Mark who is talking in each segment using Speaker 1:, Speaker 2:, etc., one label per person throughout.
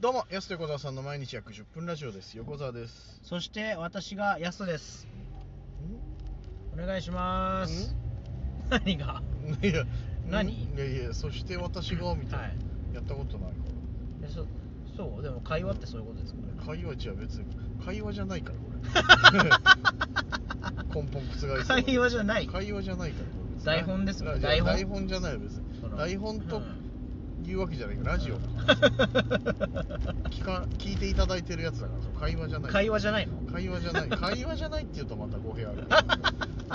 Speaker 1: どうも、安手小沢さんの毎日約10分ラジオです。横澤です。
Speaker 2: そして私がヤスです
Speaker 1: ん
Speaker 2: お願いします何が
Speaker 1: いや、
Speaker 2: 何
Speaker 1: んいやいや、そして私が、みたいな、
Speaker 2: はい
Speaker 1: やったことないか。
Speaker 2: えそそうでも会話ってそういうことですから
Speaker 1: 会話じゃ別に、会話じゃないから、 これ。根本覆すから。
Speaker 2: 会話じゃない
Speaker 1: 会話じゃないから、これ別に。
Speaker 2: 台本ですもん
Speaker 1: な
Speaker 2: 台本
Speaker 1: 台本じゃないよ、別
Speaker 2: そ
Speaker 1: に。
Speaker 2: の
Speaker 1: 台本と
Speaker 2: うん
Speaker 1: いうわけじゃないから、ラジオだから。聞か聞いていただいてるやつだから、その会話じゃない。
Speaker 2: 会話じゃないの
Speaker 1: 会話じゃ ない会話じゃないって言うとまた語弊ある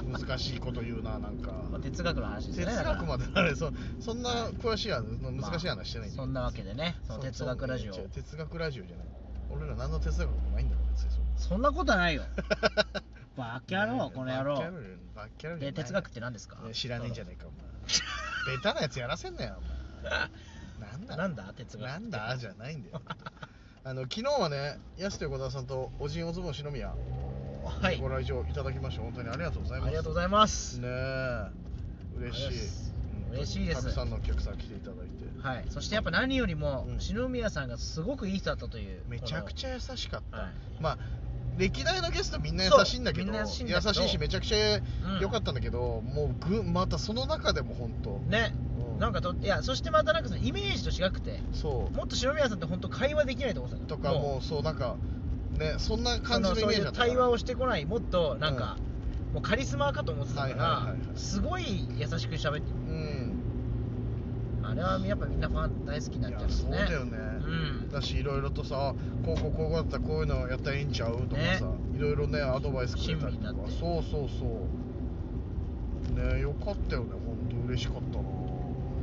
Speaker 1: 難しいこと言うななんか
Speaker 2: まあ哲学の話です
Speaker 1: 哲
Speaker 2: よね
Speaker 1: 学まであれそそんな
Speaker 2: はい
Speaker 1: 詳しい話の難しい話してないんだけど
Speaker 2: そんなわけでねその
Speaker 1: う
Speaker 2: 哲学ラジオ
Speaker 1: そう違う哲学ラジオじゃない俺ら何の哲学もないんだから別にそ
Speaker 2: そんなことはないよ バキャローこの野
Speaker 1: バ
Speaker 2: 郎
Speaker 1: ッキャローバッキャローじゃ
Speaker 2: で
Speaker 1: ない
Speaker 2: 哲学って何ですか
Speaker 1: ね知らねえんじゃねえかお 前ベタなやつやらせんなよお前なんだ
Speaker 2: なんだ哲学
Speaker 1: なんだじゃないんだよあの昨日はね安手小沢さんとおじんおずぼん篠宮
Speaker 2: はい
Speaker 1: ご来場いただきまして本当にありがとうございます
Speaker 2: ありがとうございます
Speaker 1: ねえ嬉しい
Speaker 2: ありがとうございます
Speaker 1: うん
Speaker 2: 嬉しいです
Speaker 1: たくさんのお客さん来ていただいて
Speaker 2: はいそしてやっぱ何よりも
Speaker 1: うん
Speaker 2: 篠宮さんがすごくいい人だったという
Speaker 1: めちゃく
Speaker 2: ゃ
Speaker 1: ちゃ優しかった、
Speaker 2: はい
Speaker 1: まあ歴代のゲストみんな優しいんだけど
Speaker 2: そうみんな優しいんだけど
Speaker 1: 優しいしめちゃくちゃ良かったんだけど、もうぐまたその中でも本当
Speaker 2: ね
Speaker 1: うん
Speaker 2: なんかといやそしてまたなんかそのイメージと違くて
Speaker 1: そう
Speaker 2: もっと篠宮さんって本当会話できないと思ってたの
Speaker 1: とかもうそうなんかねそんな感じのイ
Speaker 2: そ
Speaker 1: メージ
Speaker 2: のそうい
Speaker 1: だ
Speaker 2: う
Speaker 1: ったから
Speaker 2: 対話をしてこないもっとなんか、もうカリスマかと思ってたから、
Speaker 1: はいはいはいはい
Speaker 2: すごい優しく喋って
Speaker 1: うん
Speaker 2: あれはやっぱみんなファン大好きに
Speaker 1: い
Speaker 2: なっちゃうん
Speaker 1: や
Speaker 2: です
Speaker 1: そう
Speaker 2: ね
Speaker 1: だよね、
Speaker 2: うん
Speaker 1: だしいろいろとさこうこうこうだったらこういうのやったらいいんちゃうとかさ、
Speaker 2: ね
Speaker 1: いろいろねアドバイスくれたりとか
Speaker 2: 親身になって
Speaker 1: そうそうそうねよかったよね本当嬉しかったな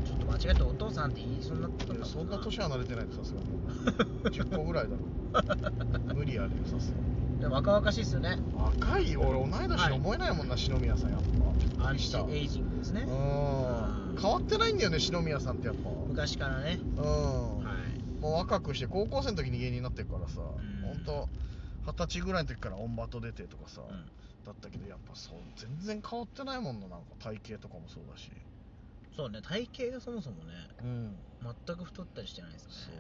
Speaker 2: ちょっと間違えてお父さんって言いそうになった
Speaker 1: い
Speaker 2: の
Speaker 1: や
Speaker 2: か
Speaker 1: そんな年離れてないでさすがに10個ぐらいだろ無理やでさすがに
Speaker 2: でも若々しいですよね
Speaker 1: 若いよ俺同い年に思えないもんな、篠宮さんやっぱびっく
Speaker 2: アン
Speaker 1: りし
Speaker 2: チ
Speaker 1: た
Speaker 2: エイジングですね
Speaker 1: うん変わってないんだよね篠宮さんってやっぱ
Speaker 2: 昔からね
Speaker 1: うん、
Speaker 2: はい
Speaker 1: もう若くして高校生の時に芸人になってるからさ、
Speaker 2: ん
Speaker 1: ほんと二十歳ぐらいの時からオンバト出てとかさ、
Speaker 2: うん
Speaker 1: だったけどやっぱそう全然変わってないもんななんか体型とかもそうだし
Speaker 2: そうね体型がそもそもね
Speaker 1: うん
Speaker 2: 全く太ったりしてないですね
Speaker 1: そう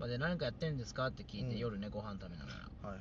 Speaker 2: まあで何かやってるんですかって聞いて、
Speaker 1: うん
Speaker 2: 夜ねご飯食べながら
Speaker 1: はいはい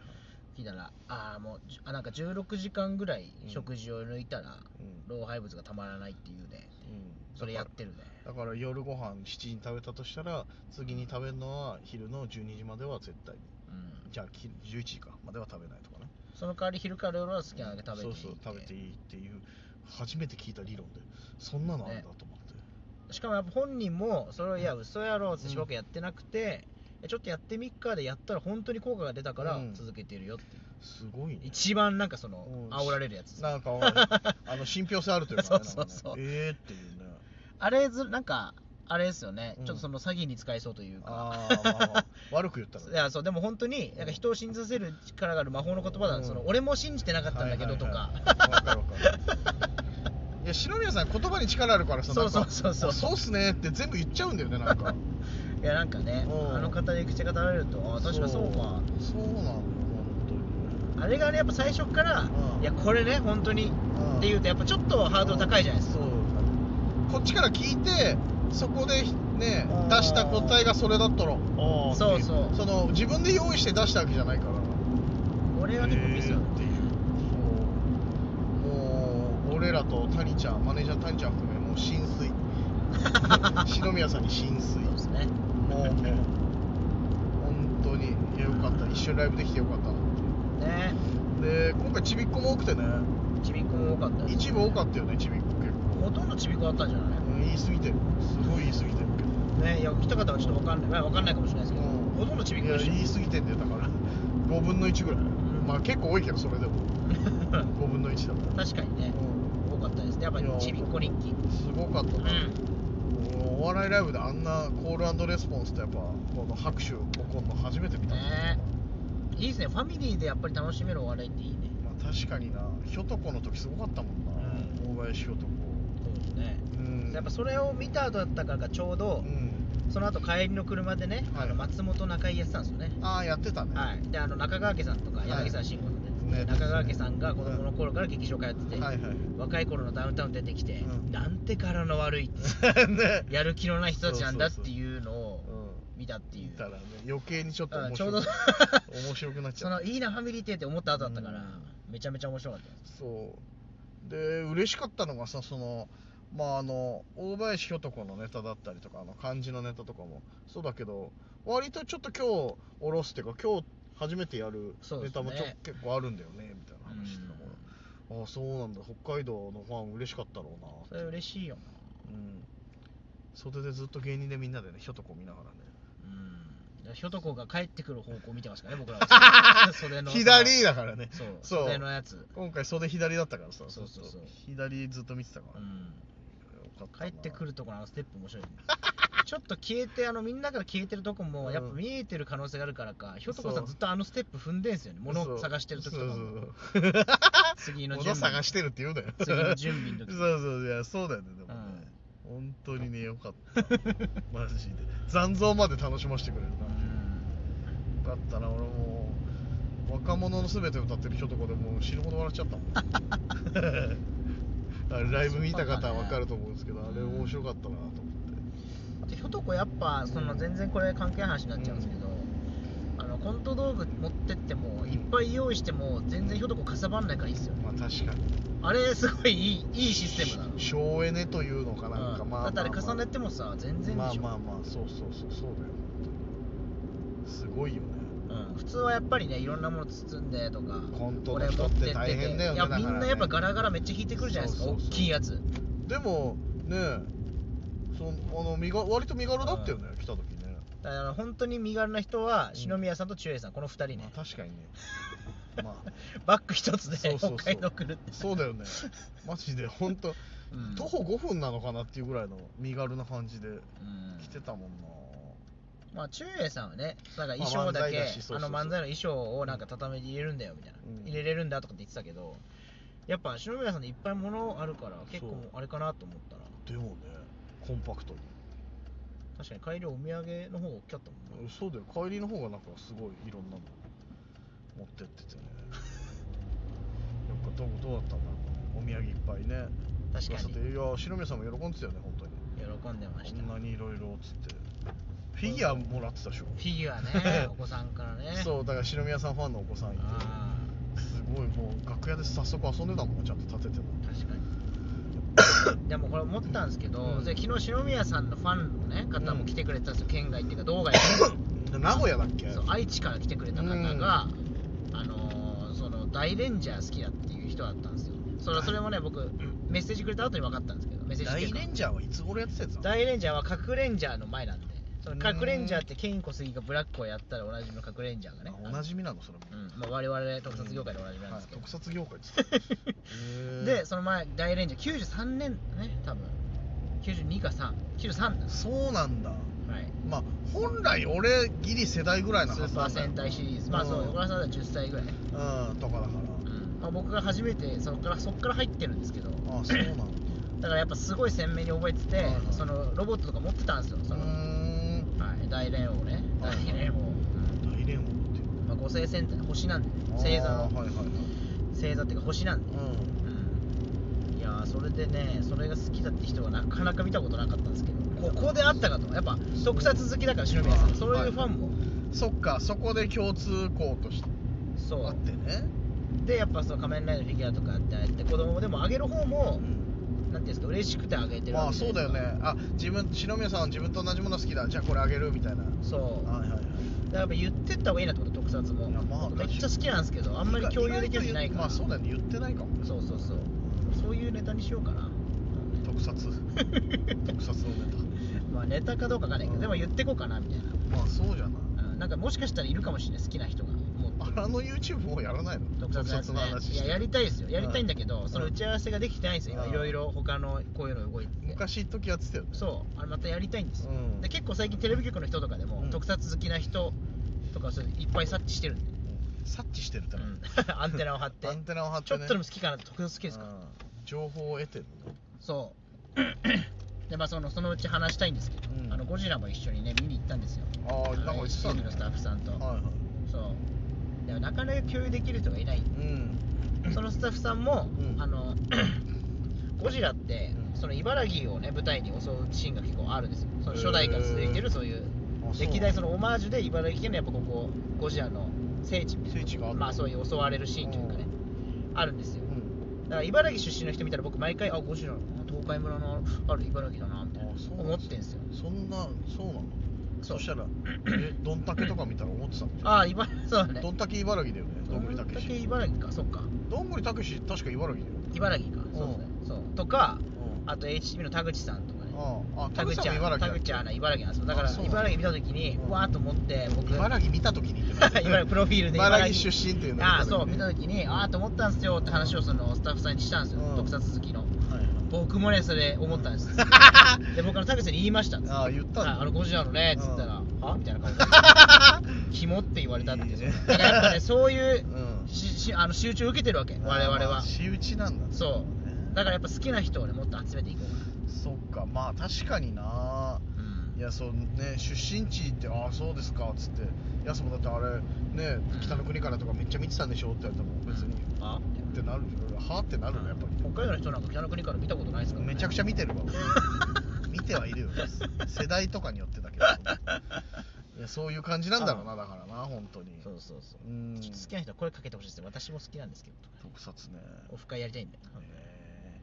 Speaker 2: 聞いたらああもうじあなんか16時間ぐらい食事を抜いたら、
Speaker 1: うん
Speaker 2: 老廃物がたまらないっていうで
Speaker 1: うん
Speaker 2: それやってるで
Speaker 1: だから夜ご飯7時に食べたとしたら次に食べるのは昼の12時までは絶対
Speaker 2: うん
Speaker 1: じゃあき11時かまでは食べないとかね
Speaker 2: その代わり昼から夜は好きなだけ食べていいって
Speaker 1: そうそう食べていいっていう初めて聞いた理論でそんなのあんだ
Speaker 2: ね
Speaker 1: と思って、
Speaker 2: しかもやっぱ本人もそれをいや嘘やろっ
Speaker 1: う
Speaker 2: て
Speaker 1: ん
Speaker 2: しばらくやってなくて、えちょっとやってみっかでやったら本当に効果が出たから
Speaker 1: うん
Speaker 2: 続けてるよっていう、
Speaker 1: すごいね
Speaker 2: 一番なんかその
Speaker 1: うん
Speaker 2: 煽られるやつ
Speaker 1: なんかおいあの信憑性あるというか、ね、なんかね
Speaker 2: そうそうそう
Speaker 1: ええっていうね
Speaker 2: あれずなんかあれですよね、
Speaker 1: うん
Speaker 2: ちょっとその詐欺に使えそうというか
Speaker 1: あー、まあま あ、悪く言ったら
Speaker 2: いやそうでも本当になんか人を信じさせる力がある魔法の言葉だ、
Speaker 1: うん
Speaker 2: その俺も信じてなかったんだけどとか、
Speaker 1: はいはいはいわかるわかるいや篠宮さん言葉に力あるからさなんか
Speaker 2: そうそうそうそう
Speaker 1: あそうっすねって全部言っちゃうんだよねなんか
Speaker 2: いやなんかね、
Speaker 1: うん
Speaker 2: あの方で口が語られる と、ああ、確かにそうか、
Speaker 1: そうなんだよ
Speaker 2: あれがね、やっぱ最初から、
Speaker 1: うん
Speaker 2: いや、これね、本当に、
Speaker 1: うん
Speaker 2: っていうと、やっぱちょっとハードル高いじゃないですか、
Speaker 1: そうこっちから聞いてそこでね
Speaker 2: あー
Speaker 1: 出した答えがそれだったらああ
Speaker 2: そうそう
Speaker 1: その自分で用意して出したわけじゃないから
Speaker 2: これは結構ミスだ
Speaker 1: えーっていうもう俺らと谷ちゃんマネージャー谷ちゃん含めもう浸 水篠宮さんに浸水
Speaker 2: そうですね、
Speaker 1: もうもう本当にいやよかった一緒にライブできてよかったなっ
Speaker 2: ね、
Speaker 1: てで今回ちびっこも多くてね
Speaker 2: ちびっ子も多かったです
Speaker 1: 一部多かったよねちびっこ結構
Speaker 2: ほとんどちびっ子だったんじゃない
Speaker 1: うん言い過ぎてるすごい言い過ぎてるけど
Speaker 2: ね、いや、来た方はちょっと分かんない、まあ、分かんないかもしれないですけど、
Speaker 1: うん
Speaker 2: ほとんどちびっ子でし
Speaker 1: い
Speaker 2: た
Speaker 1: や言い過ぎてんだよだから5分の1ぐらい、
Speaker 2: ん
Speaker 1: まあ結構多いけどそれでも5分の1だから
Speaker 2: 確かにね、多かったですね、やっぱ
Speaker 1: いや
Speaker 2: ちびっ子人気、
Speaker 1: すごかった
Speaker 2: う
Speaker 1: な、
Speaker 2: ん、
Speaker 1: お笑いライブであんなコールレスポンスってやっぱこの拍手起こるの初めて見た、
Speaker 2: ねいいですね、ファミリーでやっぱり楽しめるお笑いっていいね、
Speaker 1: まあ、確かになひょと子の時すごかったもんな、大林ひょと子
Speaker 2: そうですね。
Speaker 1: うん
Speaker 2: やっぱそれを見た後だったからかちょうど、
Speaker 1: うん
Speaker 2: その後帰りの車でね、
Speaker 1: はい
Speaker 2: あの松本中井やってたんですよね、
Speaker 1: ああやって たね、
Speaker 2: はい、であの中川家さんとか
Speaker 1: はい
Speaker 2: 柳沢慎吾さんで、
Speaker 1: ね
Speaker 2: 中川家さんが子供の頃から劇場通ってて、
Speaker 1: はいはい
Speaker 2: 若い頃のダウンタウン出てきて、
Speaker 1: うん
Speaker 2: なんて柄の悪い
Speaker 1: ね
Speaker 2: やる気のない人たちなんだっていうのを
Speaker 1: うん
Speaker 2: 見たってい
Speaker 1: 見
Speaker 2: う
Speaker 1: たらね余計にちょっと
Speaker 2: うん
Speaker 1: 面
Speaker 2: ちょ
Speaker 1: 白
Speaker 2: うど
Speaker 1: く面白くなっち ゃ
Speaker 2: そ
Speaker 1: っ
Speaker 2: の
Speaker 1: た
Speaker 2: いいなファミリーテって思った後だったから、
Speaker 1: う
Speaker 2: めちゃめちゃ面白かったです
Speaker 1: そうで嬉しかったのがさそのまああの大林ひょと子のネタだったりとかあの漢字のネタとかもそうだけど割とちょっと今日おろすっていうか今日初めてやる
Speaker 2: そうで
Speaker 1: ネタ
Speaker 2: すね
Speaker 1: もちょ、結構あるんだよねみたいな話してたから、ああそうなんだ北海道のファン嬉しかったろうな
Speaker 2: それ嬉しいよな
Speaker 1: うん袖でずっと芸人でみんなでねひょとこ見ながらね
Speaker 2: うんひょとこが帰ってくる方向見てますからね僕ら は袖の
Speaker 1: 左だからね
Speaker 2: そう
Speaker 1: そう
Speaker 2: 袖のやつ、
Speaker 1: 今回袖左だったからさ
Speaker 2: そうそうそう
Speaker 1: ずっと左ずっと見てたか
Speaker 2: う
Speaker 1: ら、ね
Speaker 2: ん、
Speaker 1: よかった
Speaker 2: 帰
Speaker 1: な
Speaker 2: ってくるとこのあのステップ面白いねちょっと消えてあのみんなから消えてるとこ
Speaker 1: う
Speaker 2: も
Speaker 1: ん
Speaker 2: やっぱ見えてる可能性があるからか、ひょとこ
Speaker 1: そ
Speaker 2: さ
Speaker 1: うん
Speaker 2: ずっとあのステップ踏んでんすよね物
Speaker 1: そ
Speaker 2: を
Speaker 1: う
Speaker 2: 探してる時とかも
Speaker 1: そうそうそう
Speaker 2: 次の準
Speaker 1: 物
Speaker 2: 備
Speaker 1: 探してるって言うなよ
Speaker 2: 次の準備の時
Speaker 1: そうそういやそうだよねでもね、本当にねよかったマジで残像まで楽しませてくれるな、よかったな俺もう若者の全てを歌ってる人とかでもう死ぬほど笑っちゃ ったもんあれライブ見た方は分かると思うんですけど、
Speaker 2: そうだ
Speaker 1: あ
Speaker 2: ね
Speaker 1: れ面白かったなと思って
Speaker 2: あとひょとこやっぱその全然これ関係ない話になっちゃうんですけど、あのコント道具持ってってもいっぱい用意しても全然ひょとこかさばんないからいいっすよね
Speaker 1: まあ確かに
Speaker 2: あれすごいいいいいシステムなの
Speaker 1: 省エネというのかなんか、
Speaker 2: うん
Speaker 1: まあまあ、まあ、
Speaker 2: だってあれ重ねてもさ全然でしょ、
Speaker 1: まあまあまあそうそうそうそうだよすごいよね
Speaker 2: うん普通はやっぱりねいろんなもの包んでとか
Speaker 1: コント
Speaker 2: こ
Speaker 1: の
Speaker 2: れ
Speaker 1: 人
Speaker 2: 持
Speaker 1: っ
Speaker 2: ってて
Speaker 1: 大変だよ
Speaker 2: い
Speaker 1: ねだ
Speaker 2: や
Speaker 1: から
Speaker 2: み
Speaker 1: ね
Speaker 2: んなやっぱガラガラめっちゃ引いてくるじゃないですか
Speaker 1: そうそうそう
Speaker 2: 大きいやつ
Speaker 1: でもねそのあの身が割と身軽だったよね、来た時ね、
Speaker 2: だから本当に身軽な人は
Speaker 1: うん
Speaker 2: 篠宮さんと千恵さんこの2人ね
Speaker 1: まあ、確かに ねまあ
Speaker 2: バッグ一つで
Speaker 1: そうそうそう
Speaker 2: 北海道来るって
Speaker 1: そうだよねマジで本当、
Speaker 2: うん
Speaker 1: 徒歩5分なのかなっていうぐらいの身軽な感じで
Speaker 2: うん
Speaker 1: 来てたもんな、
Speaker 2: まあ、中英さんはね、なんか
Speaker 1: まあ
Speaker 2: 衣装だけ、
Speaker 1: 漫才
Speaker 2: あ
Speaker 1: だしそうそうそ
Speaker 2: の
Speaker 1: う
Speaker 2: 漫才の衣装をなんか畳で入れるんだよみたいな、
Speaker 1: うん
Speaker 2: 入れれるんだとかって言ってたけど、やっぱ篠宮さんでいっぱい物あるから、結構
Speaker 1: そう
Speaker 2: あれかなと思ったら、
Speaker 1: でもねコンパクトに
Speaker 2: 確かに帰りお土産の方が大きかったもんね。
Speaker 1: そうだよ帰りの方がなんかすごいいろんなの持ってって てねやっぱどうどうだったんだろうねお土産いっぱいね
Speaker 2: 確かに
Speaker 1: ていや白宮さんも喜んでたよね本当に
Speaker 2: 喜んでました。
Speaker 1: こん
Speaker 2: フ
Speaker 1: なにいろいろっつってフィギュアもらってたでしょ、
Speaker 2: ィギュ アね、お子さんからね。
Speaker 1: そうだから篠宮さんファンのお子さんいて
Speaker 2: あ
Speaker 1: すごいもう楽屋で早速遊んでたもんちゃんと立ててた
Speaker 2: ー確か に。でもこれ思ったんですけど、
Speaker 1: うん
Speaker 2: で昨日篠宮さんのファンの、ね、方も来てくれてたんですよ、県外っていうか、道外
Speaker 1: で名古屋だっけ
Speaker 2: そう愛知から来てくれた方が、あのーその大レンジャー好きだっていう人だったんですよそれそれもね僕メッセージくれた後に分かったんですけどメッセージってい
Speaker 1: 大
Speaker 2: うか
Speaker 1: レンジャーはいつ頃やってたやつなの
Speaker 2: 大レンジャーは核レンジャーの前なんでその核レンジャーっ
Speaker 1: う
Speaker 2: てケインコスギがブラックをやったらおなじみの核レンジャーがね
Speaker 1: あおなじみなのそれも
Speaker 2: あのうんまあ、我々特撮業界でおなじみなんですけど、
Speaker 1: はい特撮業界っつってたへー
Speaker 2: でその前大レンジャー93年ね多分92か393なんです
Speaker 1: そうなんだ
Speaker 2: はい
Speaker 1: まあ本来俺ギリ世代ぐらい
Speaker 2: ス
Speaker 1: のは
Speaker 2: ー
Speaker 1: ず
Speaker 2: パ
Speaker 1: な
Speaker 2: ー
Speaker 1: んだよ
Speaker 2: 戦隊シリーズまあそう
Speaker 1: うん
Speaker 2: 小倉さんは10歳ぐらい
Speaker 1: うんとかだか
Speaker 2: まあ、僕が初めてそこからそこから入ってるんですけど
Speaker 1: らあそうなんだ
Speaker 2: だからやっぱすごい鮮明に覚えてて、
Speaker 1: はいはい
Speaker 2: そのロボットとか持ってたんですよ
Speaker 1: う
Speaker 2: そ
Speaker 1: ー
Speaker 2: の、
Speaker 1: ん
Speaker 2: はい、大連王ね
Speaker 1: はいはい
Speaker 2: 大連王、
Speaker 1: 大連王っていう
Speaker 2: まあ、五星戦隊星なんで星座
Speaker 1: あ
Speaker 2: の
Speaker 1: ーはいはいはい
Speaker 2: 星座っていうか星なんで、
Speaker 1: う
Speaker 2: いやーそれでねそれが好きだって人はなかなか見たことなかったんですけどここであったかとやっぱ特撮好きだから篠宮さ
Speaker 1: あー
Speaker 2: んそういうファンも、
Speaker 1: んそっかそこで共通項として
Speaker 2: そ
Speaker 1: あって
Speaker 2: う
Speaker 1: ね
Speaker 2: でやっぱその仮面ライダーのフィギュアとかあってああやって子供でもあげる方も、なんていうんですか嬉しくてあげてる
Speaker 1: ま
Speaker 2: わ
Speaker 1: あ
Speaker 2: けじ
Speaker 1: そ
Speaker 2: ゃ
Speaker 1: うだ
Speaker 2: ない
Speaker 1: よ
Speaker 2: です
Speaker 1: ね
Speaker 2: か
Speaker 1: あ自分篠宮さんは自分と同じもの好きだじゃあこれあげるみたいな
Speaker 2: そう
Speaker 1: はいはいはい
Speaker 2: だからやっぱ言ってった方がいいなと思って特撮も、
Speaker 1: いやまあ
Speaker 2: めっちゃ好きなんですけどあんまり共有できるじゃないから
Speaker 1: まあそうだよね言ってないかもね
Speaker 2: そうそうそうそういうネタにしようか な
Speaker 1: 特 撮特撮のネ
Speaker 2: まあネタかどうかわかんないけど、
Speaker 1: うん
Speaker 2: でも言ってこうかなみたいな、
Speaker 1: タまあそうじゃない
Speaker 2: うんなんかもしかしたらいるかもしれない好きな人がもう
Speaker 1: あの YouTube もうやらないの
Speaker 2: 特撮のやつねいややりたいですよやりたいんだけど、
Speaker 1: うん
Speaker 2: その打ち合わせができてないんですよ今
Speaker 1: うん
Speaker 2: いろいろ他のこういうの動いてて
Speaker 1: 昔一時やってたよね
Speaker 2: そうあれまたやりたいんですよ、
Speaker 1: うん
Speaker 2: で結構最近テレビ局の人とかでも、
Speaker 1: うん
Speaker 2: 特撮好きな人とかそれいっぱい察知してるんで、
Speaker 1: 察知してるって
Speaker 2: う
Speaker 1: のは
Speaker 2: ん アンテナを張って
Speaker 1: アンテナを張って
Speaker 2: ちょ
Speaker 1: ね
Speaker 2: っとでも好きかなって特撮好きですか
Speaker 1: うん情報を得てるの
Speaker 2: そうでまあそのそのうち話したいんですけど、
Speaker 1: うん
Speaker 2: あのゴジラも一緒にね見に行ったんですよ
Speaker 1: ああなんか言ってた
Speaker 2: HTV
Speaker 1: ね
Speaker 2: のスタッフさんと、
Speaker 1: はいはい
Speaker 2: そうでもなかなか共有できる人がいない
Speaker 1: うん
Speaker 2: そのスタッフさんも、
Speaker 1: うん
Speaker 2: あのゴジラって、
Speaker 1: うん
Speaker 2: その茨城をね舞台に襲うシーンが結構あるんですよその初代から続い
Speaker 1: へ
Speaker 2: て
Speaker 1: ー
Speaker 2: るそういう
Speaker 1: ああそう
Speaker 2: 歴代そのオマージュで茨城県のやっぱここゴジラの聖地
Speaker 1: 聖地がある
Speaker 2: まあそういう襲われるシーンというかねあるんですよ
Speaker 1: うん
Speaker 2: だから茨城出身の人見たら僕毎回あゴジラの東海村のある茨城だなみたいな
Speaker 1: あそうなん
Speaker 2: 思
Speaker 1: だ
Speaker 2: ってんすよ
Speaker 1: そんなそうなの
Speaker 2: そう
Speaker 1: そしたらえどんたけとか見たら思ってたんじゃん
Speaker 2: ああ茨城そうだね
Speaker 1: どんたけ茨城だよねどんぐりたけ
Speaker 2: どんだけ
Speaker 1: し
Speaker 2: 茨城かそっか
Speaker 1: どんぐりたけし確か茨城だよ
Speaker 2: 茨城か
Speaker 1: ん
Speaker 2: そうですねそうとか
Speaker 1: うん
Speaker 2: あと HTB の田口さんとかね
Speaker 1: あああ
Speaker 2: 田口
Speaker 1: 田口さん
Speaker 2: ア
Speaker 1: も
Speaker 2: ナ
Speaker 1: 茨城
Speaker 2: 田口アナ茨城なんですよだか
Speaker 1: あ
Speaker 2: ら
Speaker 1: そうなんだ
Speaker 2: 茨城見た時に
Speaker 1: うん
Speaker 2: うわーっと思って僕
Speaker 1: 茨 城見た時にってな
Speaker 2: 茨城プロフィールで
Speaker 1: 茨城出身っていうのを見た
Speaker 2: ああ
Speaker 1: 時に
Speaker 2: そう見た時にああと思ったんですよって話をそのスタッフさんにしたんですよ
Speaker 1: うん
Speaker 2: 特撮好きの
Speaker 1: はいはい
Speaker 2: 僕もねそれ思ったんですで僕あの田口さんに言いました
Speaker 1: ああ言ったんだ
Speaker 2: はいあのゴジラのねっつったら「はみたいな 顔で「キモ」って言われたってい
Speaker 1: いういね
Speaker 2: だからやっぱねそういう
Speaker 1: うん
Speaker 2: ししあの集中受けてるわけ我々
Speaker 1: あーまあ
Speaker 2: は
Speaker 1: 仕打ちなんだね
Speaker 2: そうだからやっぱ好きな人をねもっと集めていこうか
Speaker 1: そっかまあ確かにな
Speaker 2: なうん
Speaker 1: いやそうね出身地ってああそうですかっつってやすもだってあれね北の国からとかめっちゃ見てたんでしょって言われても別に
Speaker 2: あ
Speaker 1: ってなるはってなるのやっぱ
Speaker 2: 北海道の人なんか北の国から見たことないですか
Speaker 1: り
Speaker 2: ら、ね、
Speaker 1: めちゃくちゃ見てるわ俺見てはいるよ世代とかによってだけどいやそういう感じなんだろうなだからな本当に
Speaker 2: そうそうそう
Speaker 1: うん
Speaker 2: ちょっと好きな人は声かけてほしいですね私も好きなんですけどとか
Speaker 1: 特撮ね
Speaker 2: オフ会やりたいんだよ
Speaker 1: え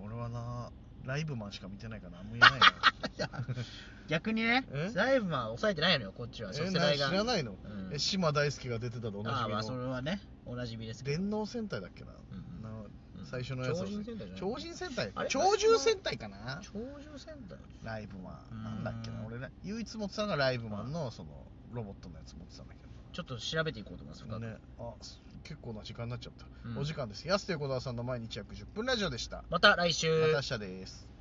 Speaker 1: ー俺はなライブマンしか見てないから何も言えない な
Speaker 2: 逆にね
Speaker 1: え
Speaker 2: ライブマン抑えてないのよこっちは
Speaker 1: え
Speaker 2: そう
Speaker 1: ー
Speaker 2: 世代が
Speaker 1: な知らないの、
Speaker 2: うん
Speaker 1: え島大輔が出てたと同じ
Speaker 2: ああまあ
Speaker 1: み
Speaker 2: それ
Speaker 1: の
Speaker 2: はねおなじみですけど
Speaker 1: 電脳戦隊だっけな,、
Speaker 2: うんうん
Speaker 1: な
Speaker 2: うん
Speaker 1: 最初のやつ
Speaker 2: 超人戦隊じゃない
Speaker 1: 超人戦隊
Speaker 2: あれ
Speaker 1: 超獣戦隊かな
Speaker 2: 超獣戦隊
Speaker 1: ライブマ
Speaker 2: う
Speaker 1: ン
Speaker 2: ん
Speaker 1: なんだっけな俺ら唯一持ってたのがライブマンのそのロボットのやつ持ってたんだけど
Speaker 2: ちょっと調べていこうと思います深く
Speaker 1: ね、あす結構な時間になっちゃった、
Speaker 2: うん
Speaker 1: お時間です安手小沢さんの毎日約10分ラジオでした
Speaker 2: また来週
Speaker 1: また明日です